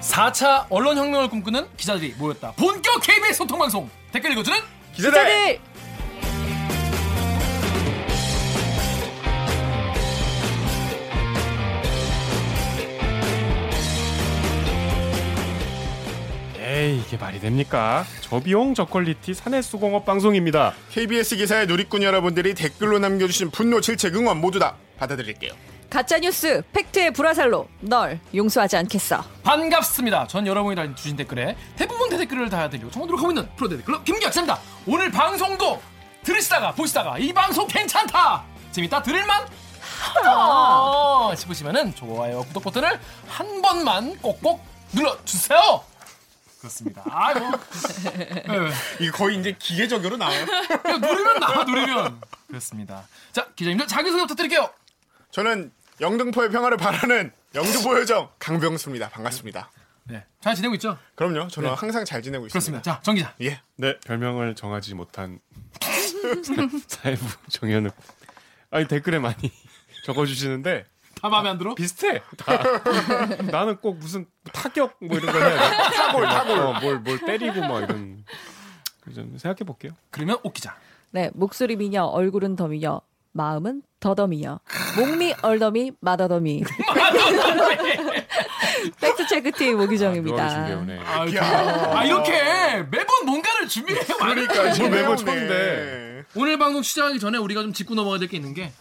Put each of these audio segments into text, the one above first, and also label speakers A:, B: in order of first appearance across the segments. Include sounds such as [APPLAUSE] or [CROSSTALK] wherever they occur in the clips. A: 4차 언론혁명을 꿈꾸는 기자들이 모였다. 본격 KBS 소통방송 댓글 읽어주는
B: 기자들
C: 에이 이게 말이 됩니까? 저비용 저퀄리티 사내수공업 방송입니다.
D: KBS 기사의 누리꾼 여러분들이 댓글로 남겨주신 분노, 질책, 응원 모두 다 받아들일게요.
B: 가짜 뉴스 팩트의 불화살로 널 용서하지 않겠어.
A: 반갑습니다. 전 여러분이 달아주신 댓글에 대부분 대댓글을 달아드리고 정원으로 가고 있는 프로 대댓글로 김기학입니다. 오늘 방송도 들으시다가 보시다가 이 방송 괜찮다 재밌다 들을만
B: 아.
A: 하다 싶으시면은 좋아요 구독 버튼을 한 번만 꼭꼭 눌러주세요. 그렇습니다. 아이고.
B: [LAUGHS]
A: 네.
D: 이거 거의 이제 기계적으로 나와요.
A: 그냥 누르면 나와 누르면 그렇습니다. 자 기자님들 자기소개 부탁드릴게요.
D: [LAUGHS] 저는 영등포의 평화를 바라는 영주보여정 강병수입니다. 반갑습니다.
A: 네, 잘 지내고 있죠?
D: 그럼요. 저는 항상 잘 지내고 있습니다.
A: 그렇습니다. 자, 정 기자.
D: 예.
C: 네 별명을 정하지 못한 [LAUGHS] 사회부 정현우. 아니 댓글에 많이 [LAUGHS] 적어주시는데
A: 다 마음에 안
D: 아,
A: 들어?
C: 비슷해. 다. 나는 꼭 무슨 타격 뭐 이런 거는 타골 타골 뭘뭘 때리고 막 이런. 좀 생각해 볼게요.
A: 그러면 옥 기자.
B: 네, 목소리 미녀, 얼굴은 더 미녀, 마음은 더더 미녀. 목미 얼더미 마더더미. [LAUGHS] 팩트 체크팀 오기정입니다.
C: 배우네.
A: 아,
D: 예.
A: 아, 이렇게 뭐 매번 뭔가를 준비해 와요.
D: 그러니까
C: 지금
D: 매번
C: 매번 쳤는데.
A: 오늘 방송 시작하기 전에 우리가 좀 짚고 넘어가야 될 게 있는 게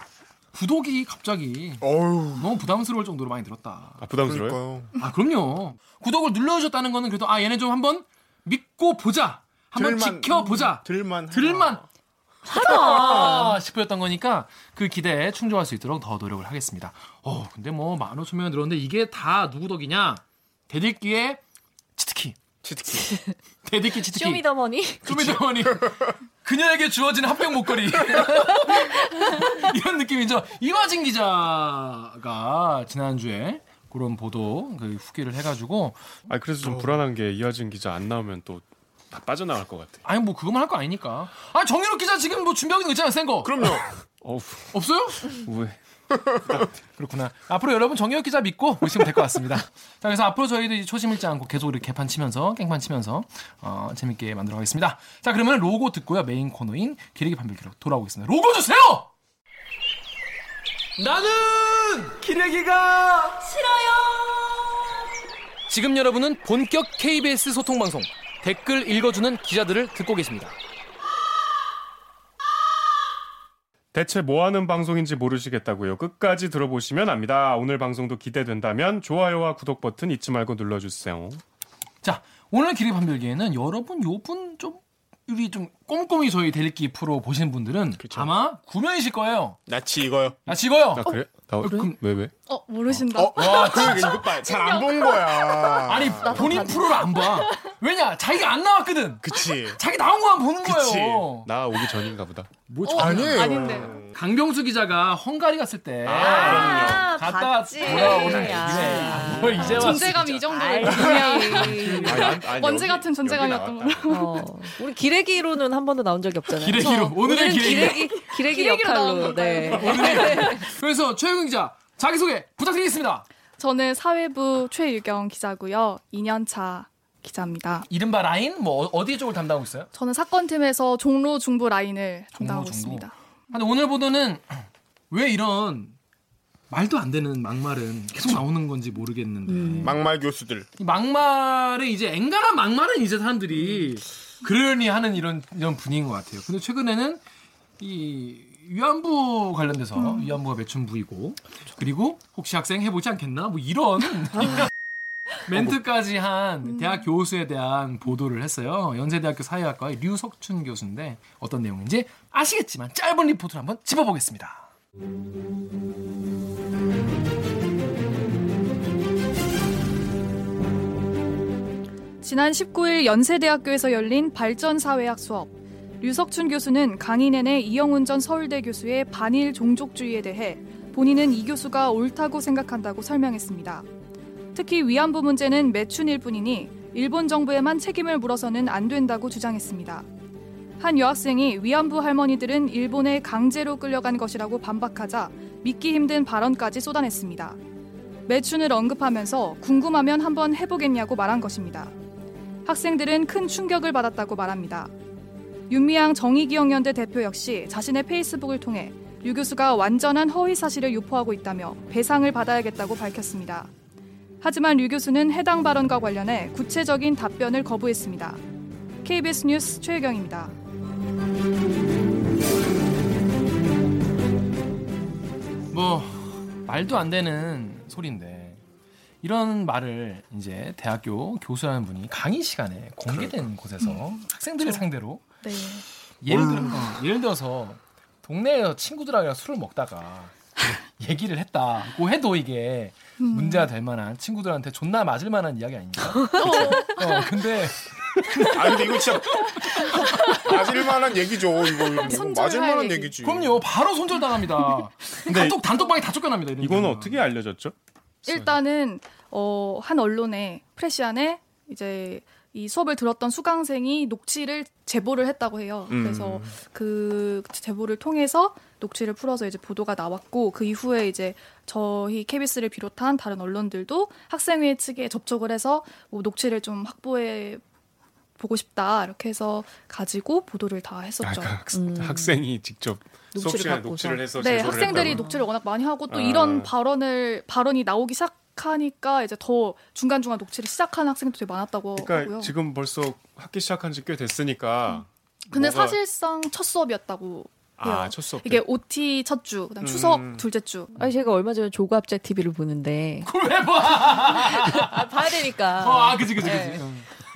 A: 구독이 갑자기
D: 어우.
A: 너무 부담스러울 정도로 많이 늘었다.
C: 아 부담스러워요?
D: 그러니까요.
A: 아, 그럼요. 구독을 눌러주셨다는 거는 그래도 아, 얘네 좀 한번 믿고 보자. 한번
D: 들만-
A: 지켜보자.
D: 들만.
A: 들만 하다 싶었던 거니까 그 기대에 충족할 수 있도록 더 노력을 하겠습니다. 어, 근데 뭐 15,000명 늘었는데 이게 다 누구 덕이냐? 대들기의 치트키.
D: 치트키.
A: 대들기 치트키.
B: 쇼미더머니.
A: 쇼미더머니. 그녀에게 주어진 합병 목걸이. 이런 느낌이죠. 이화진 기자가 지난주에 그런 보도 그 후기를 해가지고
C: 아 그래서 좀 불안한 게 이하진 기자 안 나오면 또 다 빠져나갈 것 같아.
A: 아니 뭐 그것만 할 거 아니니까 아 정유럽 기자 지금 뭐 준비하고 있는 거 있잖아 센거
D: 그럼요.
C: 어우
A: 없어요?
C: 우회.
A: [LAUGHS] 그렇구나. 앞으로 여러분 정혁 기자 믿고 오시면 될 것 같습니다. 자, 그래서 앞으로 저희도 이제 초심 잃지 않고 계속 이렇게 개판 치면서 깽판 치면서 어, 재밌게 만들어 가겠습니다. 자, 그러면 로고 듣고요. 메인 코너인 기레기 판별기로 돌아오겠습니다. 로고 주세요. 나는 기레기가 싫어요. 지금 여러분은 본격 KBS 소통 방송 댓글 읽어주는 기자들을 듣고 계십니다.
C: 대체 뭐 하는 방송인지 모르시겠다고요. 끝까지 들어보시면 압니다. 오늘 방송도 기대된다면 좋아요와 구독 버튼 잊지 말고 눌러주세요.
A: 자, 오늘 기립 판별기에는 여러분 요분 좀 우리 좀 꼼꼼히 저희 데리기 프로 보신 분들은 아마 구면이실 거예요.
D: 나치 이거요.
A: 아, 지거요.
C: 아 그래? 나
A: 그럼-
C: 왜 왜?
E: 어 모르신다.
D: 어? 와, 그러니까 이거 봐. 잘 안 본 거야.
A: 아니, 그- 본인 프로를 안 봐. 왜냐? 자기가 안 나왔거든.
D: 그치.
A: 자기 나온 거만 보는
D: 그치.
A: 거예요.
C: 나 오기 전인가 보다.
A: 뭐
E: 어,
D: 아니에요.
E: 아닌데.
A: 강병수 기자가 헝가리 갔을 때
B: 아,
A: 갔다
B: 봤지.
A: 돌아오는 뭐
B: 야.
A: 기자. 뭘 이제 왔어.
E: 존재감 이 정도예요. 언제 같은 존재감이었던 거.
B: 네. 어, 우리 기레기로는 한 번도 나온 적이 없잖아요.
A: 기레기로.
B: 그래서
A: 오늘의
B: 오늘은
A: 기레기.
B: 기레기, 기레기
E: 기레기로 나온
B: 역할로.
E: 건가요?
B: 네.
A: 그래서 최유근 기자 자기소개 부탁드리겠습니다.
E: 저는 사회부 최유경 기자고요. 2년차 기자입니다.
A: 이른바 라인 뭐 어- 어디 쪽을 담당하고 있어요?
E: 저는 사건팀에서 종로 중부 라인을 담당하고
A: 종로, 중부.
E: 있습니다.
A: 근데 오늘 보도는 [CLEARS THROAT] 왜 이런 말도 안 되는 막말은 계속 나오는 건지 모르겠는데
D: 막말 교수들.
A: 이 막말은 이제 앵간한 막말은 이제 사람들이 그러니 하는 이런 이런 분위기인 것 같아요. 근데 최근에는 이 위안부 관련돼서 위안부가 매춘부이고 그리고 혹시 학생 해보지 않겠나 뭐 [LAUGHS] 이런 멘트까지 한 대학 교수에 대한 보도를 했어요. 연세대학교 사회학과의 류석춘 교수인데 어떤 내용인지 아시겠지만 짧은 리포트를 한번 짚어보겠습니다.
E: 지난 19일 연세대학교에서 열린 발전사회학 수업. 류석춘 교수는 강의 내내 이영훈 전 서울대 교수의 반일 종족주의에 대해 본인은 이 교수가 옳다고 생각한다고 설명했습니다. 특히 위안부 문제는 매춘일 뿐이니 일본 정부에만 책임을 물어서는 안 된다고 주장했습니다. 한 여학생이 위안부 할머니들은 일본에 강제로 끌려간 것이라고 반박하자 믿기 힘든 발언까지 쏟아냈습니다. 매춘을 언급하면서 궁금하면 한번 해보겠냐고 말한 것입니다. 학생들은 큰 충격을 받았다고 말합니다. 윤미향 정의기억연대 대표 역시 자신의 페이스북을 통해 류 교수가 완전한 허위 사실을 유포하고 있다며 배상을 받아야겠다고 밝혔습니다. 하지만 류 교수는 해당 발언과 관련해 구체적인 답변을 거부했습니다. KBS 뉴스 최혜경입니다.
A: 뭐 말도 안 되는 소리인데 이런 말을 이제 대학교 교수라는 분이 강의 시간에 공개된
C: 그러니까.
A: 곳에서
C: 음.
A: 학생들을 상대로
E: 네.
A: 예를, 들어, 예를 들어서 동네에서 친구들하고 술을
C: [LAUGHS]
A: 먹다가 얘기를 했다고 해도 이게
C: 음.
A: 문제가 될 만한 친구들한테 존나 맞을 만한 이야기
C: [LAUGHS]
A: 아닙니까? 어, 근데
C: 음.
D: 아 근데 이거 진짜 맞을만한 얘기죠. 이거 뭐
E: 손절할
D: 맞을만한
E: 얘기.
D: 얘기지.
A: 그럼요 바로 손절당합니다.
C: 근데
A: 단독 단독방에 다 쫓겨납니다. 이런
C: 이거는
A: 경우는.
C: 어떻게 알려졌죠? 네.
E: 일단은 어, 한 언론에 프레시안에 이제 이 수업을 들었던 수강생이 녹취를 제보를 했다고 해요.
C: 음.
E: 그래서 그 제보를 통해서 녹취를 풀어서 이제 보도가 나왔고 그 이후에 이제 저희 KBS를 비롯한 다른 언론들도 학생회 측에 접촉을 해서 뭐 녹취를 좀 확보해 보고 싶다 이렇게 해서 가지고 보도를 다
C: 아,
E: 했었죠.
C: 그 학,
B: 음.
C: 학생이 직접
B: 녹취를
C: 수업 시간에
B: 갖고서.
C: 녹취를 해서
E: 네,
C: 제보를
E: 학생들이
C: 했다고.
E: 녹취를 워낙 많이 하고 또
C: 아.
E: 이런 발언을 발언이 나오기 시작하니까 이제 더 중간 중간 녹취를 시작하는 학생도 되게 많았다고
C: 그러니까
E: 하고요.
C: 지금 벌써 학기 시작한 지 꽤 됐으니까.
E: 근데
C: 뭐가-
E: 사실상 첫 수업이었다고 해요.
C: 아, 첫 수업 때.
E: 이게 OT 첫 주, 그다음 추석
C: 음.
E: 둘째 주.
B: 아니 제가 얼마 전에 조갑제 TV를 보는데
A: 그걸 왜 봐?
B: 아, 봐야 되니까.
A: 어, 아 그지 그지
B: 네.
A: 그지.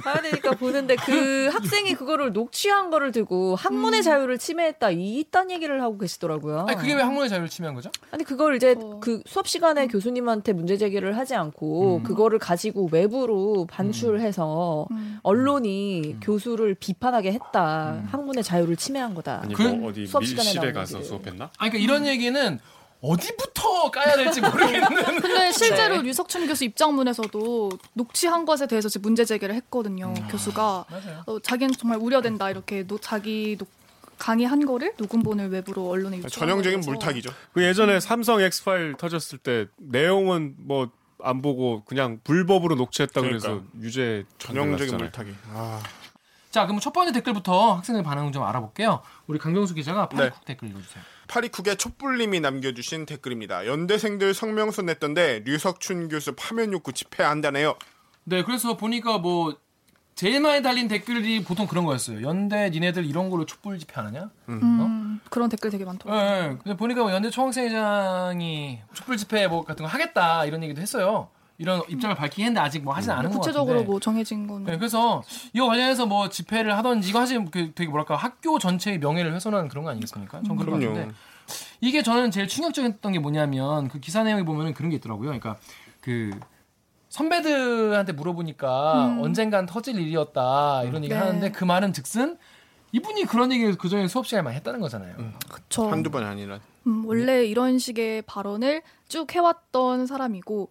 B: 봐야 되니까 보는데
A: [LAUGHS]
B: 그 학생이 그거를 녹취한 거를 들고 학문의 자유를 침해했다 이딴 얘기를 하고 계시더라고요.
A: 아니 그게
C: 어.
A: 왜 학문의 자유를 침해한 거죠?
B: 아니, 그걸 이제
E: 어.
B: 그 수업 시간에 교수님한테 문제 제기를 하지 않고
A: 음.
B: 그거를 가지고 외부로 반출해서
E: 음.
B: 언론이 교수를 비판하게 했다.
A: 음.
B: 학문의 자유를 침해한 거다.
C: 아니
A: 그
C: 뭐 어디
B: 수업 시간에
C: 밀실에
B: 나오는
C: 가서
B: 얘기를.
C: 수업했나?
A: 아니 그러니까 이런 얘기는 어디부터 까야 될지 모르겠는.
E: 근데
A: 네.
E: 실제로 류석춘 교수 입장문에서도 녹취한 것에 대해서 지금 문제 제기를 했거든요.
C: 음.
E: 교수가
A: 맞아요.
E: 어, 자기는 정말 우려된다 이렇게 노, 자기 녹, 강의한 거를 녹음본을 외부로 언론에 유출한
D: 전형적인
E: 거에 대해서.
D: 물타기죠.
C: 그 예전에 삼성 엑스파일 터졌을 때 내용은 뭐 안 보고 그냥 불법으로 녹취했다 고 그래서
D: 그러니까.
C: 유죄
D: 전형적인
C: 판결
D: 물타기.
C: 났잖아요.
D: 아,
A: [LAUGHS] 자, 그럼 첫 번째 댓글부터 학생들 반응 좀 알아볼게요. 우리 강경수 기자가 파이쿡 댓글 읽어주세요.
D: 파리쿡의 촛불님이 남겨주신 댓글입니다. 연대생들 성명서 냈던데 류석춘 교수 파면 욕구 집회한다네요.
A: 네, 그래서 보니까 뭐 제일 많이 달린 댓글이 보통 그런 거였어요. 연대 니네들 이런 걸로 촛불 집회하느냐?
E: 음, 그런 댓글 되게 많더라고요.
A: 예, 예. 근데 보니까 뭐 연대 총학생회장이 촛불 집회 뭐 같은 거 하겠다 이런 얘기도 했어요. 이런 입장을 밝히긴 했는데 아직 뭐 하진 않은 것 같은데.
E: 구체적으로 뭐 정해진 건
A: 네, 그래서 이거 관련해서 뭐 집회를 하던지 이거 하시면 그 되게 뭐랄까 학교 전체의 명예를 훼손하는 그런 거 아니겠습니까? 전 그런 거
D: 그럼요.
A: 같은데 이게 저는 제일 충격적이었던 게 뭐냐면 그 기사 내용에 보면은 그런 게 있더라고요. 그러니까 그 선배들한테 물어보니까 언젠간 터질 일이었다 이런 얘기
E: 네.
A: 하는데 그 말은 즉슨 이분이 그런 얘기를 그 전에 수업 시간에 많이 했다는 거잖아요.
D: 음.
E: 그쵸.
D: 한두 네. 번이 아니라.
E: 음, 원래 이런 식의 발언을 쭉 해왔던 사람이고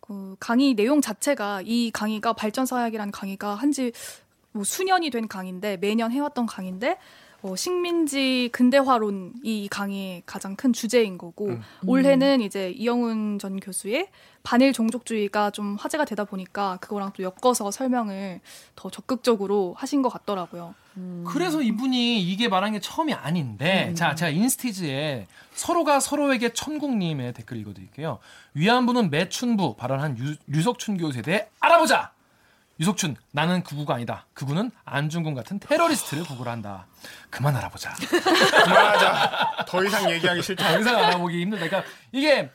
E: 그 강의 내용 자체가 이 강의가 발전사학이라는 강의가 한지 뭐 수년이 된 강의인데 매년 해왔던 강의인데 어, 식민지 근대화론이 이 강의의 가장 큰 주제인 거고
D: 음.
E: 올해는 이제 이영훈 전 교수의 반일 종족주의가 좀 화제가 되다 보니까 그거랑 또 엮어서 설명을 더 적극적으로 하신 것 같더라고요.
B: 음.
A: 그래서 이분이 이게 말한 게 처음이 아닌데 자 제가 인스티즈에 서로가 서로에게 천국님의 댓글 읽어드릴게요 위안부는 매춘부 발언한 유, 유석춘 교수에 대해 알아보자 유석춘 나는 그구가 아니다 그구는 안중근 같은 테러리스트를 구구한다 그만 알아보자
D: 그만하자. 더 이상 얘기하기 싫다.
A: 더 이상 알아보기 힘들다 그러니까 이게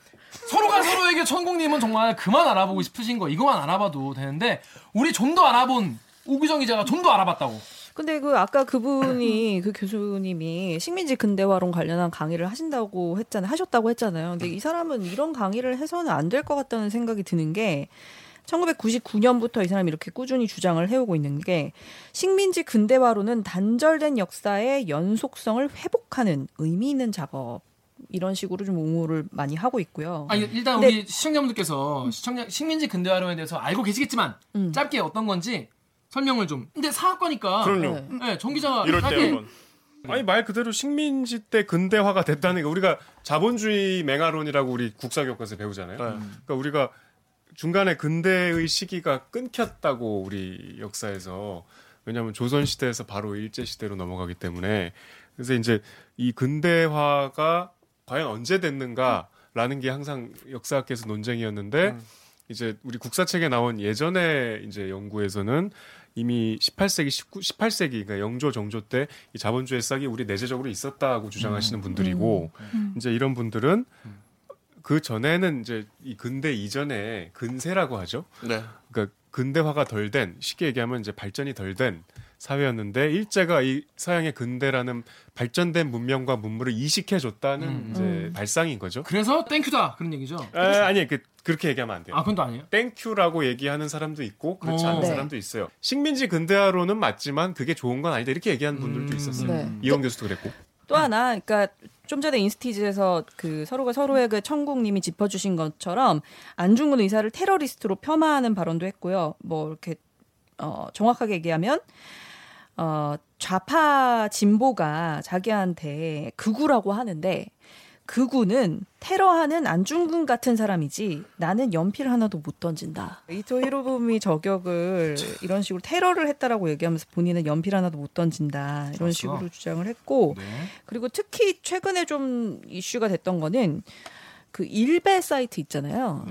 A: 서로가 서로에게 천국님은 정말 그만 알아보고 싶으신 거 이거만 알아봐도 되는데 우리 좀 더 알아본 오규정 기자가 좀 더 알아봤다고
B: 근데 그 아까 그분이 그 교수님이 식민지 근대화론 관련한 강의를 하신다고 했잖아요. 하셨다고 했잖아요. 근데 이 사람은 이런 강의를 해서는 안 될 것 같다는 생각이 드는 게 1999년부터 이 사람이 이렇게 꾸준히 주장을 해오고 있는 게 식민지 근대화론은 단절된 역사의 연속성을 회복하는 의미 있는 작업 이런 식으로 좀 옹호를 많이 하고 있고요.
A: 아니 일단
B: 근데-
A: 우리 시청자분들께서 시청자 식민지 근대화론에 대해서 알고 계시겠지만
B: 음.
A: 짧게 어떤 건지 설명을 좀. 근데 사학과니까.
D: 그럼요.
B: 네.
A: 네, 정 기자가
D: 이럴 때
A: 짧게-
D: 한번.
C: 네. 아니 말 그대로 식민지 때 근대화가 됐다는 게 우리가 자본주의 맹아론이라고 우리 국사 교과서 에 배우잖아요.
D: 네.
C: 그러니까 우리가 중간에 근대의 시기가 끊겼다고 우리 역사에서 왜냐하면 조선 시대에서 바로 일제 시대로 넘어가기 때문에 그래서 이제 이 근대화가 과연 언제 됐는가라는 게 항상 역사학계에서 논쟁이었는데 이제 우리 국사책에 나온 예전에 이제 연구에서는 이미 18세기 19 18세기 그러니까 영조 정조 때 이 자본주의 싹이 우리 내재적으로 있었다고 주장하시는 분들이고
D: 네.
E: 음.
C: 이제 이런 분들은 그 전에는 이제 이 근대 이전에 근세라고 하죠.
D: 네.
C: 그러니까 근대화가 덜 된 쉽게 얘기하면 이제 발전이 덜 된 사회였는데 일제가 이 서양의 근대라는 발전된 문명과 문물을 이식해 줬다는
A: 음.
C: 이제
B: 음.
C: 발상인 거죠.
A: 그래서 땡큐다 그런 얘기죠.
C: 아, 아니 그, 그렇게 얘기하면 안 돼요.
A: 아 그건 또 아니에요.
C: 땡큐라고 얘기하는 사람도 있고 그렇지
A: 어.
C: 않은
B: 네.
C: 사람도 있어요. 식민지 근대화로는 맞지만 그게 좋은 건 아니다 이렇게 얘기하는 분들도
E: 음.
C: 있었어요. 음.
B: 네.
C: 이원 교수도 그랬고.
B: 또 하나, 그러니까 좀 전에 인스티즈에서 그 서로가 서로의 그 천국님이 짚어주신 것처럼 안중근 의사를 테러리스트로 폄하하는 발언도 했고요. 뭐 이렇게 어, 정확하게 얘기하면 어, 좌파 진보가 자기한테 극우라고 하는데 극우는 테러하는 안중근 같은 사람이지 나는 연필 하나도 못 던진다. 이토 히로부미 저격을 이런 식으로 테러를 했다라고 얘기하면서 본인은 연필 하나도 못 던진다 이런
A: 아싸.
B: 식으로 주장을 했고
A: 네.
B: 그리고 특히 최근에 좀 이슈가 됐던 거는 그 일베 사이트 있잖아요.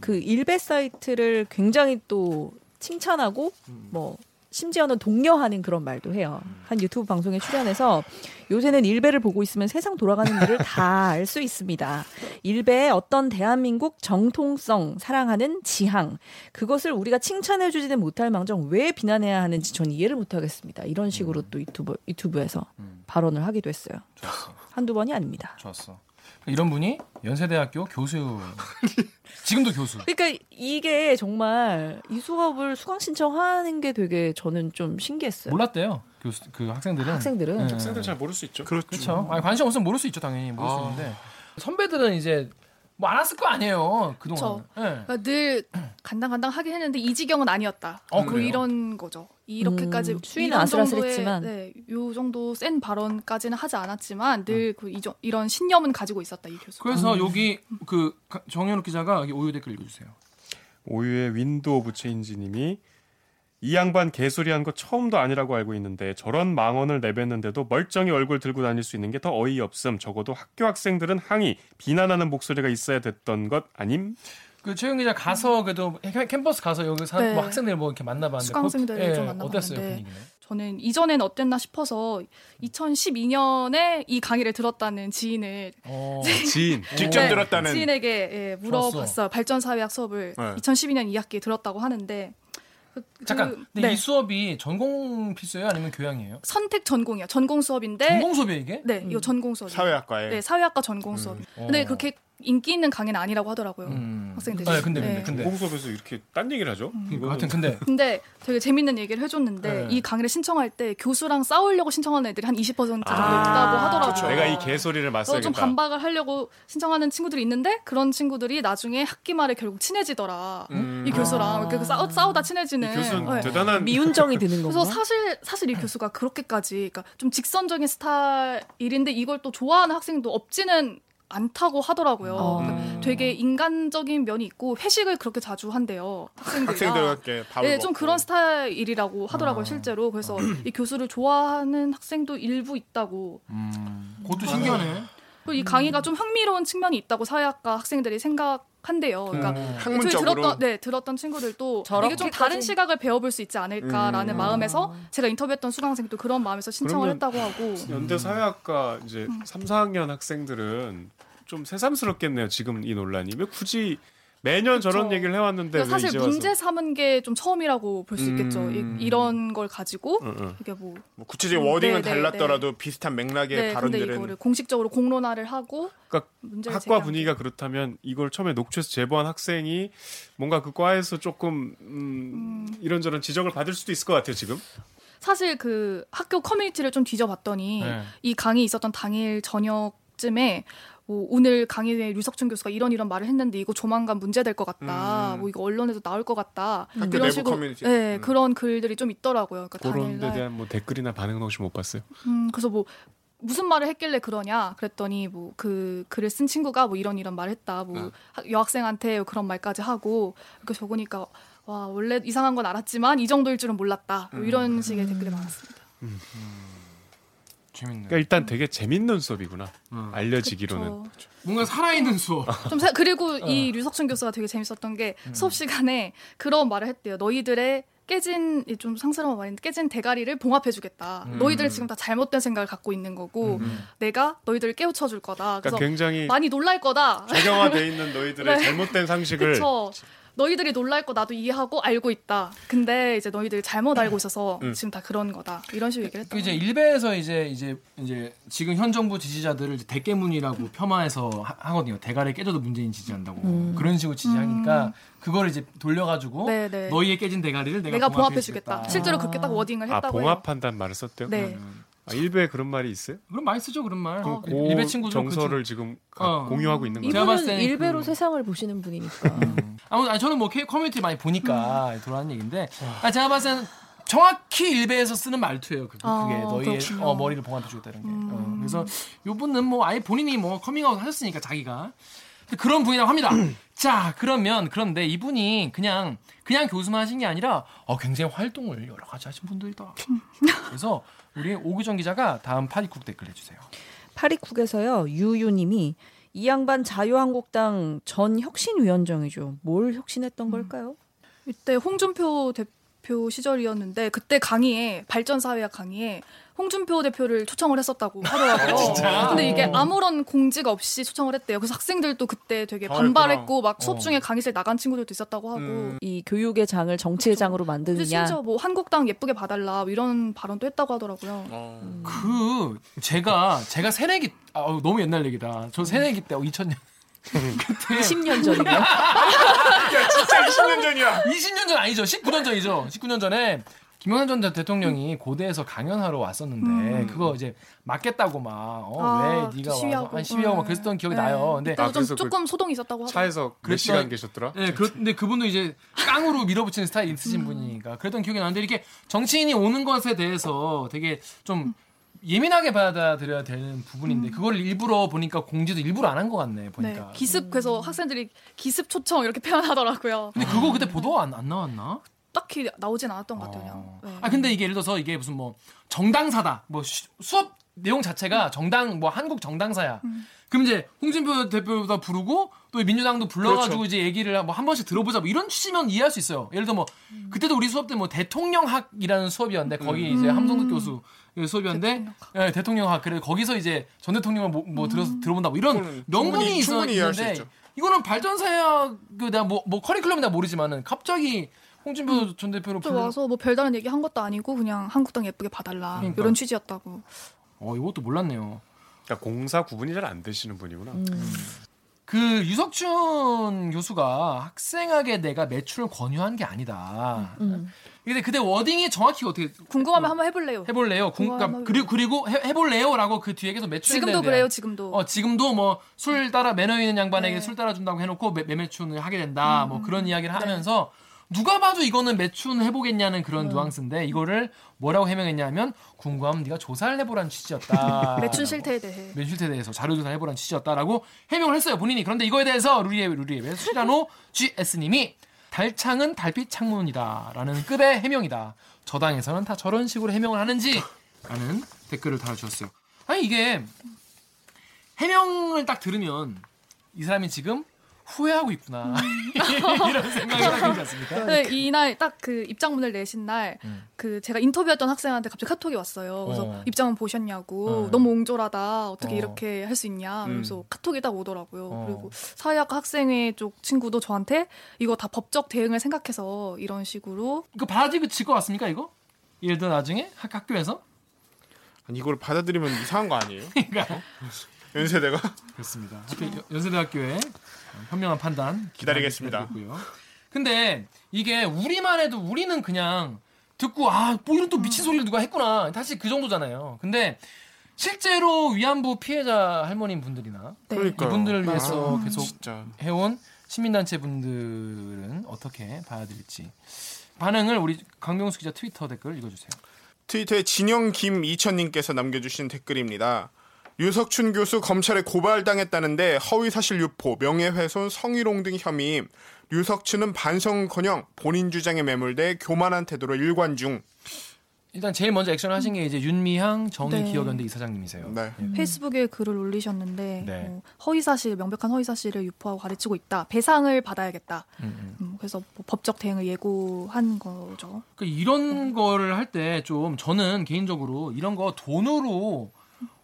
B: 그 일베 사이트를 굉장히 또 칭찬하고 뭐 심지어는 독려하는 그런 말도 해요. 한 유튜브 방송에 출연해서 요새는 일베를 보고 있으면 세상 돌아가는 일을 다 알 수 있습니다. 일베의 어떤 대한민국 정통성, 사랑하는 지향, 그것을 우리가 칭찬해주지는 못할 망정 왜 비난해야 하는지 전 이해를 못하겠습니다. 이런 식으로 또 유튜브, 유튜브에서 발언을 하기도 했어요. 한두 번이 아닙니다.
A: 좋았어. 이런 분이 연세대학교 교수 지금도 교수.
B: 그러니까 이게 정말 이 수업을 수강 신청하는 게 되게 저는 좀 신기했어요.
A: 몰랐대요. 교수 그 학생들은.
B: 학생들은
A: 네.
C: 학생들 잘 모를 수 있죠.
A: 그렇죠. 아니, 관심 없으면 모를 수 있죠, 당연히 모를 수 있는데 선배들은 이제 뭐 알았을 거 아니에요. 그동안. 예.
E: 그러니까 늘 간당간당 하긴 했는데 이 지경은 아니었다.
A: 어,
E: 뭐
A: 그래요?
E: 이런 거죠. 이렇게까지
B: 음, 추위는
E: 이런
B: 아슬아슬했지만.
E: 정도의, 네, 요 정도 센 발언까지는 하지 않았지만 늘 그 이저- 이런 신념은 가지고 있었다 이
A: 음.
E: 교수.
A: 그래서 여기 그 가- 정현욱 기자가 여기 오유 댓글 읽어주세요.
C: 오유의 윈도 오브 체인지님이 이 양반 개소리한 거 처음도 아니라고 알고 있는데 저런 망언을 내뱉는데도 멀쩡히 얼굴 들고 다닐 수 있는 게 더 어이없음. 적어도 학교 학생들은 항의, 비난하는 목소리가 있어야 됐던 것 아님?
A: 그 최영 기자 가서 그래도 캠- 캠퍼스 가서 여기 사,
E: 네.
A: 뭐 학생들 뭐 이렇게 만나봤는데
E: 수강생들
A: 그거- 예,
E: 좀
A: 어땠어요
E: 만나봤는데. 네.
A: 분위기는?
E: 저는 이전엔 어땠나 싶어서 2012년에 이 강의를 들었다는 지인을
A: [LAUGHS] 어.
C: 지인.
D: 직접
E: 네,
D: 들었다는
E: 지인에게 예, 물어봤어요.
A: 좋았어.
E: 발전사회학 수업을
D: 네.
E: 2012년 2학기에 들었다고 하는데 그- 그-
A: 잠깐. 근데
E: 네.
A: 이 수업이 전공 필수예요, 아니면 교양이에요?
E: 선택 전공이야. 전공 수업인데
A: 전공 음. 수업이에요 이게?
E: 네, 이거 전공 수업.
D: 사회학과에
E: 네, 사회학과 전공 수업. 근데
A: 어.
E: 그렇게 인기 있는 강의는 아니라고 하더라고요.
A: 음.
E: 네. 학생들이.
A: 아, 근데
E: 네. 음.
A: 근데 근데.
C: 공수업에서 이렇게 딴 얘기를 하죠.
A: 그러니까 하여튼 근데
E: 근데 되게 재밌는 얘기를 해줬는데
A: 네.
E: 이 강의를 신청할 때 교수랑 싸우려고 신청하는 애들이 한 20% 정도
B: 아,
E: 있다고 하더라고요.
D: 그렇죠.
C: 내가 이 개소리를
E: 그래서 좀
C: 맞서야겠다.
E: 반박을 하려고 신청하는 친구들이 있는데 그런 친구들이 나중에 학기 말에 결국 친해지더라.
D: 음.
E: 이 교수랑
B: 아.
E: 이렇게 싸우, 싸우다
C: 이
E: 친해지는.
C: 교수는
E: 네.
C: 대단한
B: 미운정이 드는 거구나.
E: 그래서 사실 사실 이 교수가 그렇게까지 그러니까 좀 직선적인 스타일인데 이걸 또 좋아하는 학생도 없지는 않다고 하더라고요.
B: 어.
E: 그러니까
A: 음.
E: 되게 인간적인 면이 있고 회식을 그렇게 자주 한대요. 학생들이랑.
D: 학생들과 뭐 함께 밥을
E: 네,
D: 먹고
E: 좀 그런 스타일이라고 하더라고요,
A: 아.
E: 실제로. 그래서
D: [CLEARS THROAT]
E: 이 교수를 좋아하는 학생도 일부 있다고.
A: 음. 그것도 신기하네.
E: 그리고
D: 음.
E: 이 강의가 좀 흥미로운 측면이 있다고 사회학과 학생들이 생각한대요. 그러니까
A: 음.
E: 애초에
D: 음, 학문적으로
E: 들었던 네 들었던 친구들도 이게 좀
B: 저렇게까지? 아.
E: 다른 시각을 배워볼 수 있지 않을까라는
D: 음.
E: 마음에서 제가 인터뷰했던 수강생도 그런 마음에서 신청을
C: 그러면-
E: 했다고 하고
C: 연대 사회학과 이제
E: 음.
C: 3, 4학년 학생들은 좀 새삼스럽겠네요. 지금 이 논란이 왜 굳이 매년 저런
E: 그쵸.
C: 얘기를 해왔는데 왜
E: 그러니까 사실
C: 이제 와서?
E: 문제 삼은 게 좀 처음이라고 볼 수 있겠죠.
D: 음. 어.
E: 이, 런걸 가지고
C: 응, 응.
E: 이게 뭐
D: 뭐 구체적인
E: 음,
D: 워딩은
E: 네, 네,
D: 달랐더라도 비슷한 맥락의
E: 네, 근데
D: 발언들은
E: 이거를 공식적으로 공론화를 하고
C: 그러니까
E: 문제를
C: 학과
E: 제기한
C: 분위기가 그렇다면 이걸 처음에 녹취해서 제보한 학생이 뭔가 그 과에서 조금 음, 이런저런 지적을 받을 수도 있을 것 같아요 지금.
E: 사실 그 학교 커뮤니티를 좀 뒤져봤더니
A: 네.
E: 이 강의 있었던 당일 저녁쯤에 뭐 오늘 강의에 류석준 교수가 이런 이런 말을 했는데 이거 조만간 문제될 것 같다.
D: 음.
E: 뭐 이거 언론에도 나올 것 같다.
D: 학교
E: 이런
D: 내부
E: 식으로
D: 커뮤니티.
E: 네,
D: 음.
E: 그런 글들이 좀 있더라고요. 그러니까
C: 그런 데
E: 당일날
C: 대한 뭐 댓글이나 반응은 혹시 못 봤어요?
E: 음, 그래서 뭐 무슨 말을 했길래 그러냐 그랬더니 뭐 그 글을 쓴 친구가 뭐 이런 이런 말을 했다 뭐
C: 네.
D: 응.
E: 학- 여학생한테 뭐 그런 말까지 하고 이렇게 적으니까 와 원래 이상한 건 알았지만 이 정도일 줄은 몰랐다
C: 음.
E: 뭐 이런 식의 댓글이 많았습니다.
A: 재밌네.
C: 그러니까 일단 되게 재밌는 수업이구나. 알려지기로는. 어.
E: 그쵸.
A: 뭔가 살아있는 수업.
E: 좀 세- 그리고 이 류석춘 교수가 되게 재밌었던 게
C: 음.
E: 수업 시간에 그런 말을 했대요. 너희들의 깨진 이좀 상스러운 말인데 깨진 대가리를 봉합해주겠다.
A: 음.
E: 너희들은 지금 다 잘못된 생각을 갖고 있는 거고 내가 너희들을 깨우쳐줄 거다. 그래서
C: 음. 그러니까 굉장히
E: 많이 놀랄 거다.
C: 적용화돼 있는 너희들의
E: [LAUGHS] 네.
C: 잘못된 상식을
E: 그쵸. 너희들이 놀랄 거 나도 이해하고 알고 있다. 근데 이제 너희들이 잘못 알고 있어서
C: 음.
E: 지금 다 그런 거다. 이런 식으로 얘기를
A: 그
E: 했다.
A: 이제 일베에서 이제 이제 이제 지금 현 정부 지지자들을 이제 대깨문이라고 폄하해서 하- 하거든요. 대가리 깨져도 문재인 지지한다고 그런 식으로 지지하니까 그걸 이제 돌려가지고
E: 음. 네, 네.
A: 너희의 깨진 대가리를 내가,
E: 내가
A: 봉합해주겠다.
E: 봉합해주겠다. 실제로 그렇게 딱 워딩을
C: 아
E: 했다고
C: 봉합한다는 말을 썼대요.
E: 해요. 네.
C: 아, 일베에 그런 말이 있어요?
A: 그럼 많이 쓰죠 그런 말.
E: 어,
C: 그
A: 일베 친구들
C: 정서를 지금 가-
A: 어.
C: 공유하고 있는 거죠.
A: 제가 봤을
F: 이분은
A: 때는
F: 일배로
A: 그-
F: 세상을 보시는 분이니까.
A: 아무튼 아니, 저는 뭐 K 커뮤니티 많이 보니까
E: 음.
A: 돌아가는 얘기인데 아, 제가 봤을 때는 정확히 일베에서 쓰는 말투예요. 그,
E: 아,
A: 그게 너희의
E: 그렇군요. 음.
A: 어, 머리를 봉합해주겠다는 게. 어, 그래서 요분은 뭐 아예 본인이 뭐 커밍아웃 하셨으니까 자기가 근데 그런 분이라고
E: [CLEARS THROAT]
A: 합니다. 자 그러면 그런데 이분이 그냥 그냥 교수만 하신 게 아니라 어, 굉장히 활동을 여러 가지 하신 분들이다.
E: 음.
A: 그래서 우리 오규정 기자가 다음 파리쿡 댓글 해주세요.
B: 파리쿡에서요 유유님이 이 양반 자유한국당 전 혁신위원장이죠. 뭘
E: 음.
B: 혁신했던 걸까요?
E: 이때 홍준표 대표 시절이었는데 그때 강의에 발전 사회학 강의에 홍준표 대표를 초청을 했었다고 하더라고요.
A: 아, 진짜?
E: 근데 이게 아무런 공지가 없이 초청을 했대요. 그래서 학생들도 그때 되게
D: 당황했구나.
E: 반발했고 막
A: 어.
E: 수업 중에 강의실 나간 친구들도 있었다고 하고
A: 음.
B: 이 교육의 장을 정치의 장으로
E: 근데
B: 만드느냐.
E: 심지어 뭐 한국당 예쁘게 봐달라 뭐 이런 발언도 했다고 하더라고요.
D: 어.
A: 그 제가 제가 새내기 아 너무 옛날 얘기다. 저 새내기 때 2000년
E: [LAUGHS]
A: 그때
B: 10년 전이요.
D: 아, 진짜 20년 전이야.
A: 20년 전 아니죠. 19년 전이죠. 19년 전에 김영삼 전 대통령이 고대에서 강연하러 왔었는데 그거 이제 맞겠다고 막 어 왜
E: 음, 아,
A: 네가
E: 시위하고.
A: 와서 한 시위하고 막
E: 네.
A: 그랬던 기억이
E: 네.
A: 나요. 근데
E: 그때도
C: 아,
E: 좀
C: 그래서 그
E: 조금 소동이 있었다고 네. 하고.
C: 차에서 몇
A: 그랬어요.
C: 시간 계셨더라?
A: 예, 그런데 그분도 이제 깡으로 밀어붙이는 스타일
E: 음.
A: 있으신 분이니까 그랬던 기억이 나는데 이렇게 정치인이 오는 것에 대해서 되게 좀 예민하게 받아들여야 되는 부분인데 그걸 일부러 보니까 공지도 일부러 안 한 것 같네 보니까.
E: 음.
A: 음.
E: 네, 기습 그래서 학생들이 기습 초청 이렇게 [LAUGHS] 표현하더라고요.
A: 근데 그거 그때 보도 안, 안 나왔나?
E: 딱히 나오진 않았던 것 같아요.
A: 어.
E: 그냥. 네.
A: 아 근데 이게 예를 들어서 이게 무슨 뭐 정당사다 뭐 수- 수업 내용 자체가 정당 뭐 한국 정당사야. 그럼 이제 홍준표 대표보다 부르고 또 민주당도
D: 그렇죠.
A: 불러가지고 이제 얘기를 뭐 한 번씩 들어보자 뭐 이런 취지면 이해할 수 있어요. 예를 들어 뭐 그때도 우리 수업 때 뭐 대통령학이라는
D: 음.
A: 수업이었는데 거기 이제 함성득 교수 수업이었는데 예, 대통령학 그래 거기서 이제 전 대통령을 뭐, 뭐 들어서 들어본다 뭐 이런
D: 그거는
A: 명분이
D: 충분히- 충분히 이해할 수
A: 있었는데
D: 있죠.
A: 이거는 발전사야 그 내가 뭐, 뭐 커리큘럼이나 모르지만은 갑자기 홍준표 전 대표로
E: 또 와서 뭐 별다른 얘기 한 것도 아니고 그냥 한국당 예쁘게 봐달라
A: 그러니까.
E: 이런 취지였다고.
A: 어 이것도 몰랐네요.
C: 그러니까 공사 구분이 잘 안 되시는 분이구나.
A: 그 유석춘 교수가 학생에게 내가 매출을 권유한 게 아니다.
E: 음,
A: 근데 그때 워딩이 정확히 어떻게
E: 궁금하면 한번 해볼래요.
A: 해볼래요? 공, 그러니까
E: 뭐 궁금하면
A: 그리고 그리고 해, 볼래요라고그 뒤에 계속 매출
E: 지금도 그래요. 지금도.
A: 어 지금도 뭐 술 따라 매너 있는 양반에게
E: 네. 음,
A: 술 따라준다고 해놓고 매, 매춘을 하게 된다. 뭐 그런 이야기를 하면서 누가 봐도 이거는 매춘 해보겠냐는 그런
E: 음.
A: 누앙스인데 이거를 뭐라고 해명했냐면 궁금하면 네가 조사를 해보라는 취지였다.
E: 매춘
A: 라고.
E: 실태에 대해.
A: 맨실트에 대해서 자료 조사를 해보라는 취지였다라고 해명을 했어요 본인이 그런데 이거에 대해서 루리에 루리에 수라노 GS님이 달창은 달빛 창문이다라는 급의 해명이다 저당에서는 다 저런 식으로 해명을 하는지라는 댓글을 달아주셨어요 아니 이게 해명을 딱 들으면 이 사람이 지금 후회하고 있구나 [LAUGHS] 이런 생각이 들지 않습니까?
E: 근데 네, 이날 딱 그 입장문을 내신 날 그 제가 인터뷰했던 학생한테 갑자기 카톡이 왔어요. 그래서
A: 어.
E: 입장문 보셨냐고
A: 어.
E: 너무 옹졸하다 어떻게
A: 어.
E: 이렇게 할 수 있냐 그래서 카톡이 딱 오더라고요.
A: 어.
E: 그리고 사회학 학생회 쪽 친구도 저한테 이거 다 법적 대응을 생각해서 이런 식으로
A: 이거 받아들이고 질그 것 같습니까 이거? 예를 들어 나중에 학, 학교에서
D: 아니 이걸 받아들이면 이상한 거 아니에요?
A: [LAUGHS] 그러니까
D: [LAUGHS] 연세대가
A: 그렇습니다. 하필 여- 연세대학교의 현명한 판단
D: 기다리겠습니다.
A: 기다리고요. 근데 이게 우리만 해도 우리는 그냥 듣고 아 뭐 이런 또 미친 소리를 누가 했구나 사실 그 정도잖아요. 근데 실제로 위안부 피해자 할머님 분들이나
E: 네.
D: 그러니까요.
A: 이분들을 위해서
D: 아,
A: 계속
D: 진짜
A: 해온 시민단체 분들은 어떻게 봐야 될지 반응을 우리 강명수 기자 트위터 댓글 읽어주세요.
D: 트위터에 진영 김이천님께서 남겨주신 댓글입니다. 유석춘 교수 검찰에 고발당했다는데 허위사실 유포, 명예훼손, 성희롱 등 혐의. 유석춘은 반성커녕 본인 주장에 매몰돼 교만한 태도로 일관 중.
A: 일단 제일 먼저 액션 하신 게 이제 윤미향 정의
E: 네.
A: 기억연대 이사장님이세요. 음,
D: 네.
E: 페이스북에 글을 올리셨는데
A: 네.
E: 뭐 허위 사실 명백한 허위 사실을 유포하고 가르치고 있다. 배상을 받아야겠다. 음, 그래서 뭐 법적 대응을 예고한 거죠.
A: 그 이런 거를 할 때 좀 저는 개인적으로 이런 거 돈으로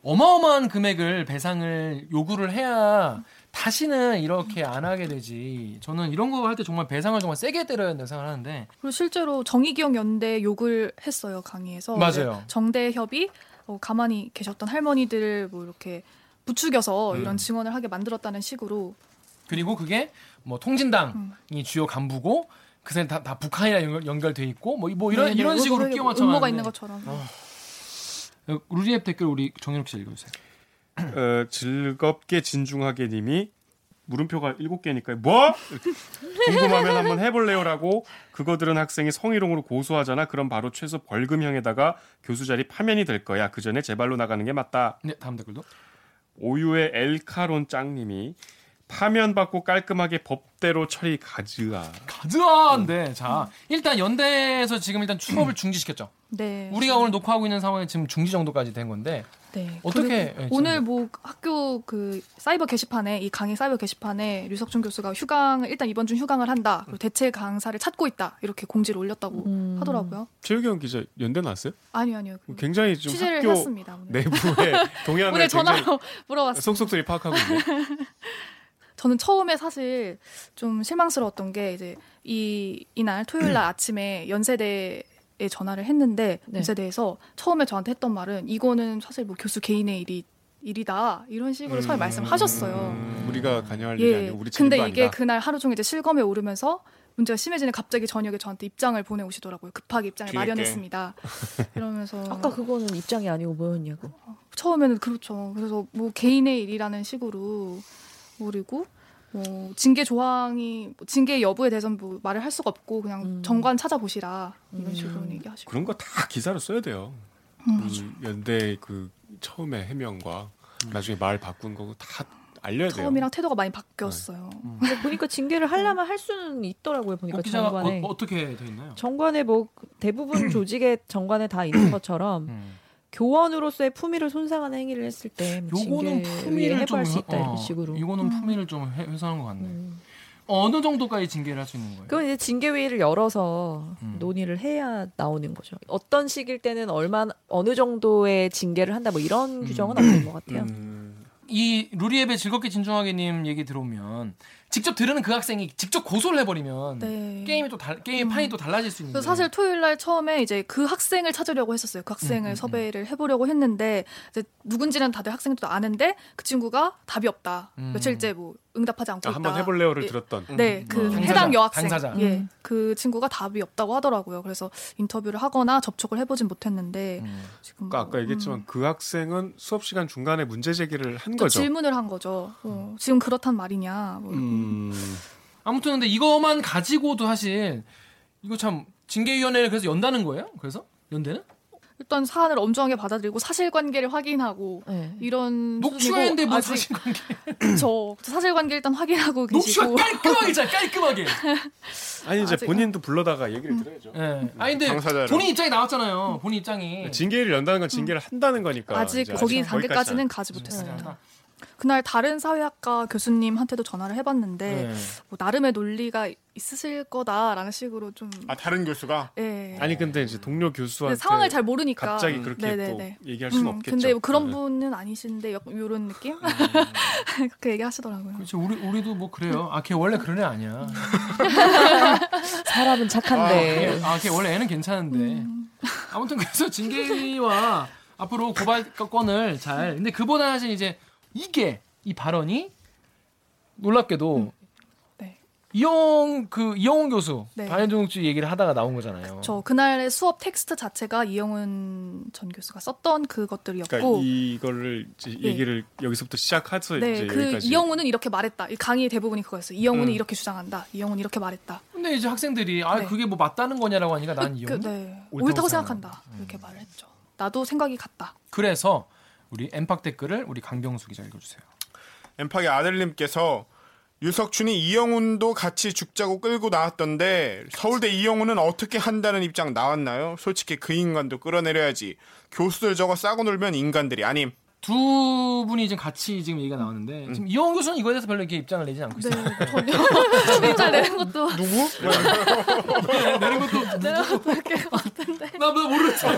A: 어마어마한 금액을 배상을 요구를 해야 다시는 이렇게 안 하게 되지. 저는 이런 거 할 때 정말 배상을 정말 세게 때려야 된다고 생각하는데
E: 그리고 실제로 정의기억 연대 욕을 했어요 강의에서.
A: 맞아요.
E: 정대협이 어, 가만히 계셨던 할머니들을 뭐 이렇게 부추겨서
A: 음.
E: 이런 증언을 하게 만들었다는 식으로
A: 그리고 그게 뭐 통진당이 주요 간부고 그새 다, 다 북한이랑 연- 연결돼 있고 뭐, 이- 뭐 이런
E: 네, 네,
A: 이런 식으로
E: 의도를
A: 끼워 아. 맞춰
E: 음모가 있는 것처럼.
A: 루리앱 댓글 우리 정현욱 씨 읽어주세요.
C: 어, 즐겁게 진중하게 님이 물음표가 일곱 개니까요. 뭐? 이렇게 궁금하면 한번 해볼래요라고 그거 들은 학생이 성희롱으로 고소하잖아. 그럼 바로 최소 벌금형에다가 교수 자리 파면이 될 거야. 그 전에 제발로 나가는 게 맞다.
A: 네 다음 댓글도.
C: 오유의 엘카론 짱님이 파면 받고 깔끔하게 법대로 처리 가즈아.
A: 가즈한데
E: 음.
A: 자 일단 연대에서 지금 일단 취업을 중지시켰죠.
E: 네.
A: 우리가 오늘 녹화하고 있는 상황이 지금 중지 정도까지 된 건데
E: 네.
A: 어떻게,
E: 그리고
A: 예,
E: 오늘 뭐 학교 그 사이버 게시판에 이 강의 사이버 게시판에 류석준 교수가 휴강 일단 이번 중 휴강을 한다. 그리고 대체 강사를 찾고 있다. 이렇게 공지를 올렸다고
B: 음.
E: 하더라고요.
C: 최유경 기자 연대 나왔어요?
E: 아니요, 아니요.
A: 뭐
E: 그
C: 굉장히 좀
E: 취재를
C: 학교
E: 했습니다. 오늘.
C: 내부의
E: [LAUGHS]
C: 동향을
E: 오늘
C: 굉장히
E: 전화로 [LAUGHS] 물어봤어요.
C: 속속들이 파악하고 있네.
E: [LAUGHS] 저는 처음에 사실 좀 실망스러웠던 게 이제 이 이날 토요일 날 아침에 연세대에 전화를 했는데
B: 네.
E: 연세대에서 처음에 저한테 했던 말은 이거는 사실 뭐 교수 개인의 일이 일이다 이런 식으로 처음에 말씀하셨어요.
C: 음.
D: 우리가 관여할 일이
E: 예.
D: 아니고 우리 책임도
E: 근데
D: 아니다.
E: 이게 그날 하루 종일 이제 실검에 오르면서 문제가 심해지는 갑자기 저녁에 저한테 입장을 보내오시더라고요. 급하게 입장을
D: 뒤늦게. [LAUGHS]
E: 마련했습니다. 이러면서
B: 아까 그거는 입장이 아니고 뭐였냐고.
E: 처음에는 그렇죠. 그래서 뭐 개인의 일이라는 식으로 그리고 뭐 징계 조항이 뭐 징계 여부에 대해서는 뭐 말을 할 수가 없고 그냥
B: 음.
E: 정관 찾아보시라 이런
B: 음.
E: 식으로 얘기하시고
C: 그런 거 다 기사로 써야 돼요.
E: 음.
C: 그 연대 그 처음에 해명과 나중에 말 바꾼 거고 다 알려야 돼요.
E: 처음이랑 태도가 많이 바뀌었어요.
B: 근데 보니까 징계를 하려면 할 수는 있더라고요. 보니까
A: 어, 기자가
B: 그러니까 정관에.
A: 어, 떻게돼 있나요?
B: 정관에 뭐
A: [CLEARS THROAT]
B: 대부분 조직의 정관에 다 있는 것처럼
A: 음.
B: 교원으로서의 품위를 손상하는 행위를 했을 때뭐
A: 요거는
B: 징계
A: 품위를
B: 위에
A: 좀
B: 해부할 수 있다
A: 어,
B: 이런 식으로.
A: 이거는 품위를 좀 훼- 훼손한 것 같네.
B: 음.
A: 어느 정도까지 징계를 할 수 있는 거예요?
B: 그럼 이제 징계회의를 열어서
A: 음.
B: 논의를 해야 나오는 거죠. 어떤 시기일 때는 얼마 어느 정도의 징계를 한다 뭐 이런 규정은 없는 것 같아요.
D: 음,
A: 이 루리앱의 즐겁게 진중하게님 얘기 들어오면 직접 들으는 그 학생이 직접 고소를 해버리면
E: 네.
A: 음. 게임이 또 달,
B: 음.
A: 게임 판이 또 달라질 수 있는.
E: 그래서 사실 토요일 날 처음에 이제 그 학생을 찾으려고 했었어요. 그 학생을
A: 음, 음.
E: 섭외를 해보려고 했는데 이제 누군지는 다들 학생이 또 아는데 그 친구가 답이 없다.
A: 음.
E: 며칠째 뭐 응답하지 않고
C: 아,
E: 있다.
C: 한번 해볼래요를
E: 예.
C: 들었던
E: 네, 그
A: 당사자,
E: 해당 여학생,
A: 당사자.
E: 예, 그 친구가 답이 없다고 하더라고요. 그래서 인터뷰를 하거나 접촉을 해보진 못했는데
A: 음.
E: 지금
C: 아까, 아까
E: 뭐,
C: 얘기했지만
E: 음,
C: 그 학생은 수업 시간 중간에 문제 제기를 한
E: 또
C: 거죠.
E: 질문을 한 거죠. 어, 지금 그렇단 말이냐. 뭐.
C: 음.
A: 아무튼 근데 이거만 가지고도 사실 이거 참 징계위원회를 그래서 연다는 거예요? 그래서 연대는
E: 일단 사안을 엄중하게 받아들이고 사실관계를 확인하고
B: 네.
E: 이런
A: 녹취했는데 뭐 사실
B: 어,
E: [CLEARS THROAT] 저 사실관계 일단 확인하고
A: 녹취가
E: 계시고
A: 깔끔하게 잘 깔끔하게.
C: 아니 이제
E: 아직- 음.
C: 본인도 불러다가 얘기를 들어야죠.
A: 예. 아니 근데
D: 당사자를. 네,
A: 본인 입장이 나왔잖아요. 본인 입장이. 네.
C: 징계를 연다는 건 징계를 한다는 거니까.
E: [LAUGHS] 네. 음. 아직
C: 이제
E: 거기
C: 아직
E: 단계까지는 가지
A: 음.
E: 못했습니다. 그날 다른 사회학과 교수님한테도 전화를 해봤는데
A: 네.
E: 뭐 나름의 논리가 있으실 거다라는 식으로 좀
D: 아 다른 교수가
E: 예.
C: 아니 근데 이제 동료 교수한테
E: 근데 상황을 잘 모르니까
C: 갑자기 그렇게
E: 네네네.
C: 또 얘기할 수는
E: 음,
C: 없겠죠.
E: 근데 뭐 그런
C: 네. 음.
E: 분은 아니신데 약 이런 느낌 [LAUGHS] 그렇게 얘기하시더라고요.
A: 그렇지 우리 우리도 뭐 그래요. 아 걔 원래 그런 애 아니야.
B: 사람은
D: 네.
B: 착한데
A: 아 걔 원래 애는 괜찮은데.
E: 음.
A: 아무튼 그래서 징계위와 앞으로 고발 건을 잘. 근데 그보다
E: 음.
A: 사실 이제 이게 이 발언이 놀랍게도
E: 네.
A: 이영 그 이영훈 교수
E: 네.
A: 반현종주 얘기를 하다가 나온
C: 어.
A: 거잖아요.
E: 저 그날의 수업 텍스트 자체가 이영훈 전 교수가 썼던 그것들이었고
C: 그러니까 이거를 이제 얘기를 여기서부터 시작해서
E: 네,
C: 이제
E: 그
C: 여기까지.
E: 이영훈은 이렇게 말했다. 이 강의의 대부분이 그거였어요. 이영훈은
A: 음.
E: 이렇게 주장한다. 이영훈 이렇게 말했다.
A: 근데 이제 학생들이 아
E: 네.
A: 그게 뭐 맞다는 거냐라고 하니까 난
E: [LAUGHS] 그,
A: 이영훈
E: 네,
A: 옳다고
E: 옳다고
A: 생각한다.
E: 생각한다.
C: 음.
E: 이렇게 말을 했죠. 나도 생각이 같다.
A: 그래서 우리 엠팍 댓글을 우리 강병수 기자 읽어주세요.
D: 엠팍의 아들님께서 유석춘이 이영훈도 같이 죽자고 끌고 나왔던데 서울대 이영훈은 어떻게 한다는 입장 나왔나요? 솔직히 그 인간도 끌어내려야지. 교수들 저거 싸고 놀면 인간들이 아님.
A: 두 분이 지금 같이 지금 얘기가 나왔는데 지금 이영훈 교수는 이거에 대해서 별로 이렇게 입장을 내지 않고
E: 네,
A: 있어요.
E: 전혀 일단
B: 네.
E: 내는 것도
D: 누구?
A: 내는 것도 아,
E: 내는 것도 이렇게
A: [LAUGHS]
E: 같은데.
A: 나나 [LAUGHS] 모르죠.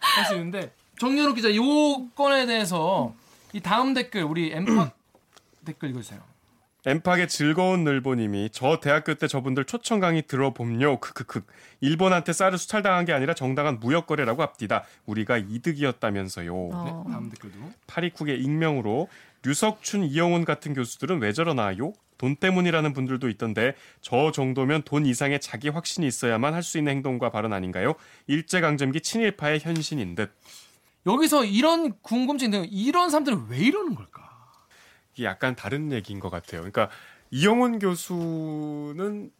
A: 할수 있는데 정연욱 기자 요 건에 대해서 이 다음 댓글 우리 엠팍 [CLEARS THROAT] 댓글 읽어주세요.
C: 엠팍의 즐거운 늘보님이 저 대학교 때 저분들 초청 강의 들어봄요 크크크 일본한테 쌀을 수탈당한 게 아니라 정당한 무역 거래라고 앞디다 우리가 이득이었다면서요.
E: 아,
A: 네,
B: 어.
A: 다음 댓글도
C: 파리쿡의 익명으로 류석춘, 이영훈 같은 교수들은 왜 저러나요? 돈 때문이라는 분들도 있던데 저 정도면 돈 이상의 자기 확신이 있어야만 할 수 있는 행동과 발언 아닌가요? 일제강점기 친일파의 현신인 듯.
A: 여기서 이런 궁금증 등 이런 사람들은 왜 이러는 걸까?
C: 이게 약간 다른 얘기인 것 같아요. 그러니까 이영훈 교수는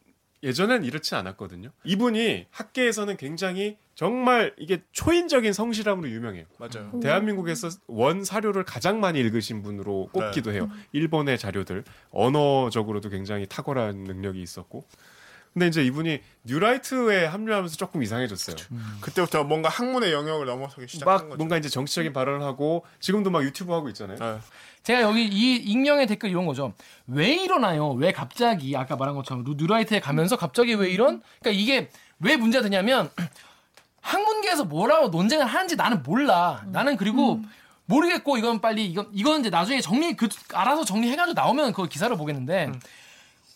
C: 예전엔 이렇지 않았거든요. 이분이 학계에서는 굉장히 정말 이게 초인적인 성실함으로 유명해요.
D: 맞아요.
C: 대한민국에서 원 사료를 가장 많이 읽으신 분으로
D: 네.
C: 꼽기도 해요. 일본의 자료들 언어적으로도 굉장히 탁월한 능력이 있었고. 근데 이제 이분이 뉴라이트에 합류하면서 조금 이상해졌어요.
D: 그때부터 뭔가 학문의 영역을 넘어서기 시작한
C: 막
D: 거죠.
C: 뭔가 이제 정치적인 발언을 하고 지금도 막 유튜브 하고 있잖아요.
D: 네.
A: 제가 여기 이 익명의 댓글 이런 거죠. 왜 이러나요? 왜 갑자기 아까 말한 것처럼 누- 누라이트에 가면서 갑자기 왜 이런? 그러니까 이게 왜 문제가 되냐면 학문계에서 뭐라고 논쟁을 하는지 나는 몰라. 나는 그리고
E: 음.
A: 모르겠고 이건 빨리 이건 이건 이제 나중에 정리 그 알아서 정리해가지고 나오면 그 기사를 보겠는데
E: 음.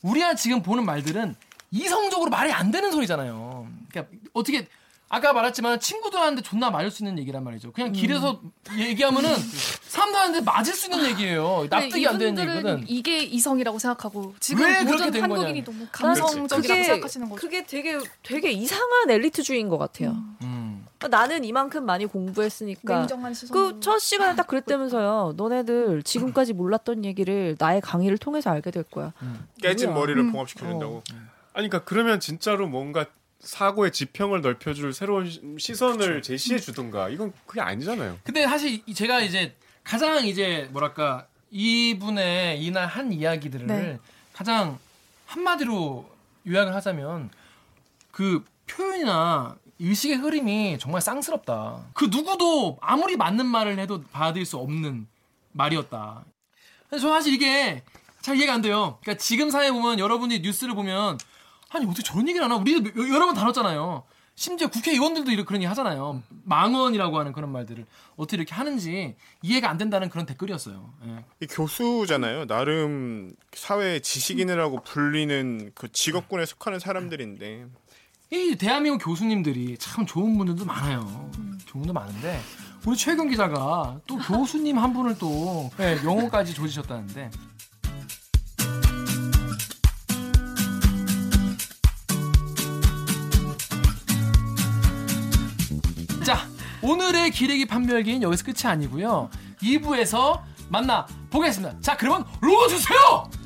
A: 우리가 지금 보는 말들은 이성적으로 말이 안 되는 소리잖아요. 그러니까 어떻게 아까 말했지만 친구들한테 존나 맞을 수 있는 얘기란 말이죠.
E: 음.
A: 그냥 길에서
E: [LAUGHS]
A: 얘기하면은 사람들한테 맞을 수 있는 얘기예요.
E: 근데
A: 납득이 안 되는
E: 이분들은
A: 얘기거든.
E: 이게 이성이라고 생각하고 지금
A: 왜 그렇게
E: 모든
A: 된 거냐.
E: 한국인이 너무
B: 난
E: 감성적이라고
B: 그게-
E: 생각하시는 거죠.
B: 그게 되게 되게 이상한 엘리트주의인 것 같아요.
A: 음.
B: 그러니까 나는 이만큼 많이
A: 그러니까
B: 공부했으니까
E: 냉정한 시선.
B: 그 첫 시간에
E: 아,
B: 딱 그랬다면서요.
E: 음.
B: 너네들 지금까지 몰랐던 얘기를 나의 강의를 통해서 알게 될 거야.
D: 깨진
B: 뭐야.
D: 머리를 봉합시켜준다고.
C: 아니 그러니까 그러면 진짜로 뭔가 사고의 지평을 넓혀줄 새로운 시- 시선을 제시해 주든가 이건 그게 아니잖아요.
A: 근데 사실 이- 제가 이제 가장 이제 뭐랄까 이분의 이날 한 이야기들을
E: 네.
A: 가장 한마디로 요약을 하자면 그 표현이나 의식의 흐름이 정말 쌍스럽다. 그 누구도 아무리 맞는 말을 해도 받아들일 수 없는 말이었다. 근데 저는 사실 이게 잘 이해가 안 돼요. 그러니까 지금 사회 보면 여러분이 뉴스를 보면 아니 어떻게 저런 얘기를 하나? 우리 여러 번 다뤘잖아요. 심지어 국회의원들도 이런 그런 얘기 하잖아요. 망언이라고 하는 그런 말들을 어떻게 이렇게 하는지 이해가 안 된다는 그런 댓글이었어요. 예.
D: 이 교수잖아요. 나름 사회의 지식인이라고 불리는 그 직업군에 속하는 사람들인데
A: 이 대한민국 교수님들이 참 좋은 분들도 많아요. 좋은 분도 많은데 우리 최근 기자가 또 교수님 한 분을 또 예, 영어까지 조지셨다는데 자 오늘의 기레기 판별기는 여기서 끝이 아니고요. 2부에서 만나 보겠습니다. 자 그러면 로고 주세요.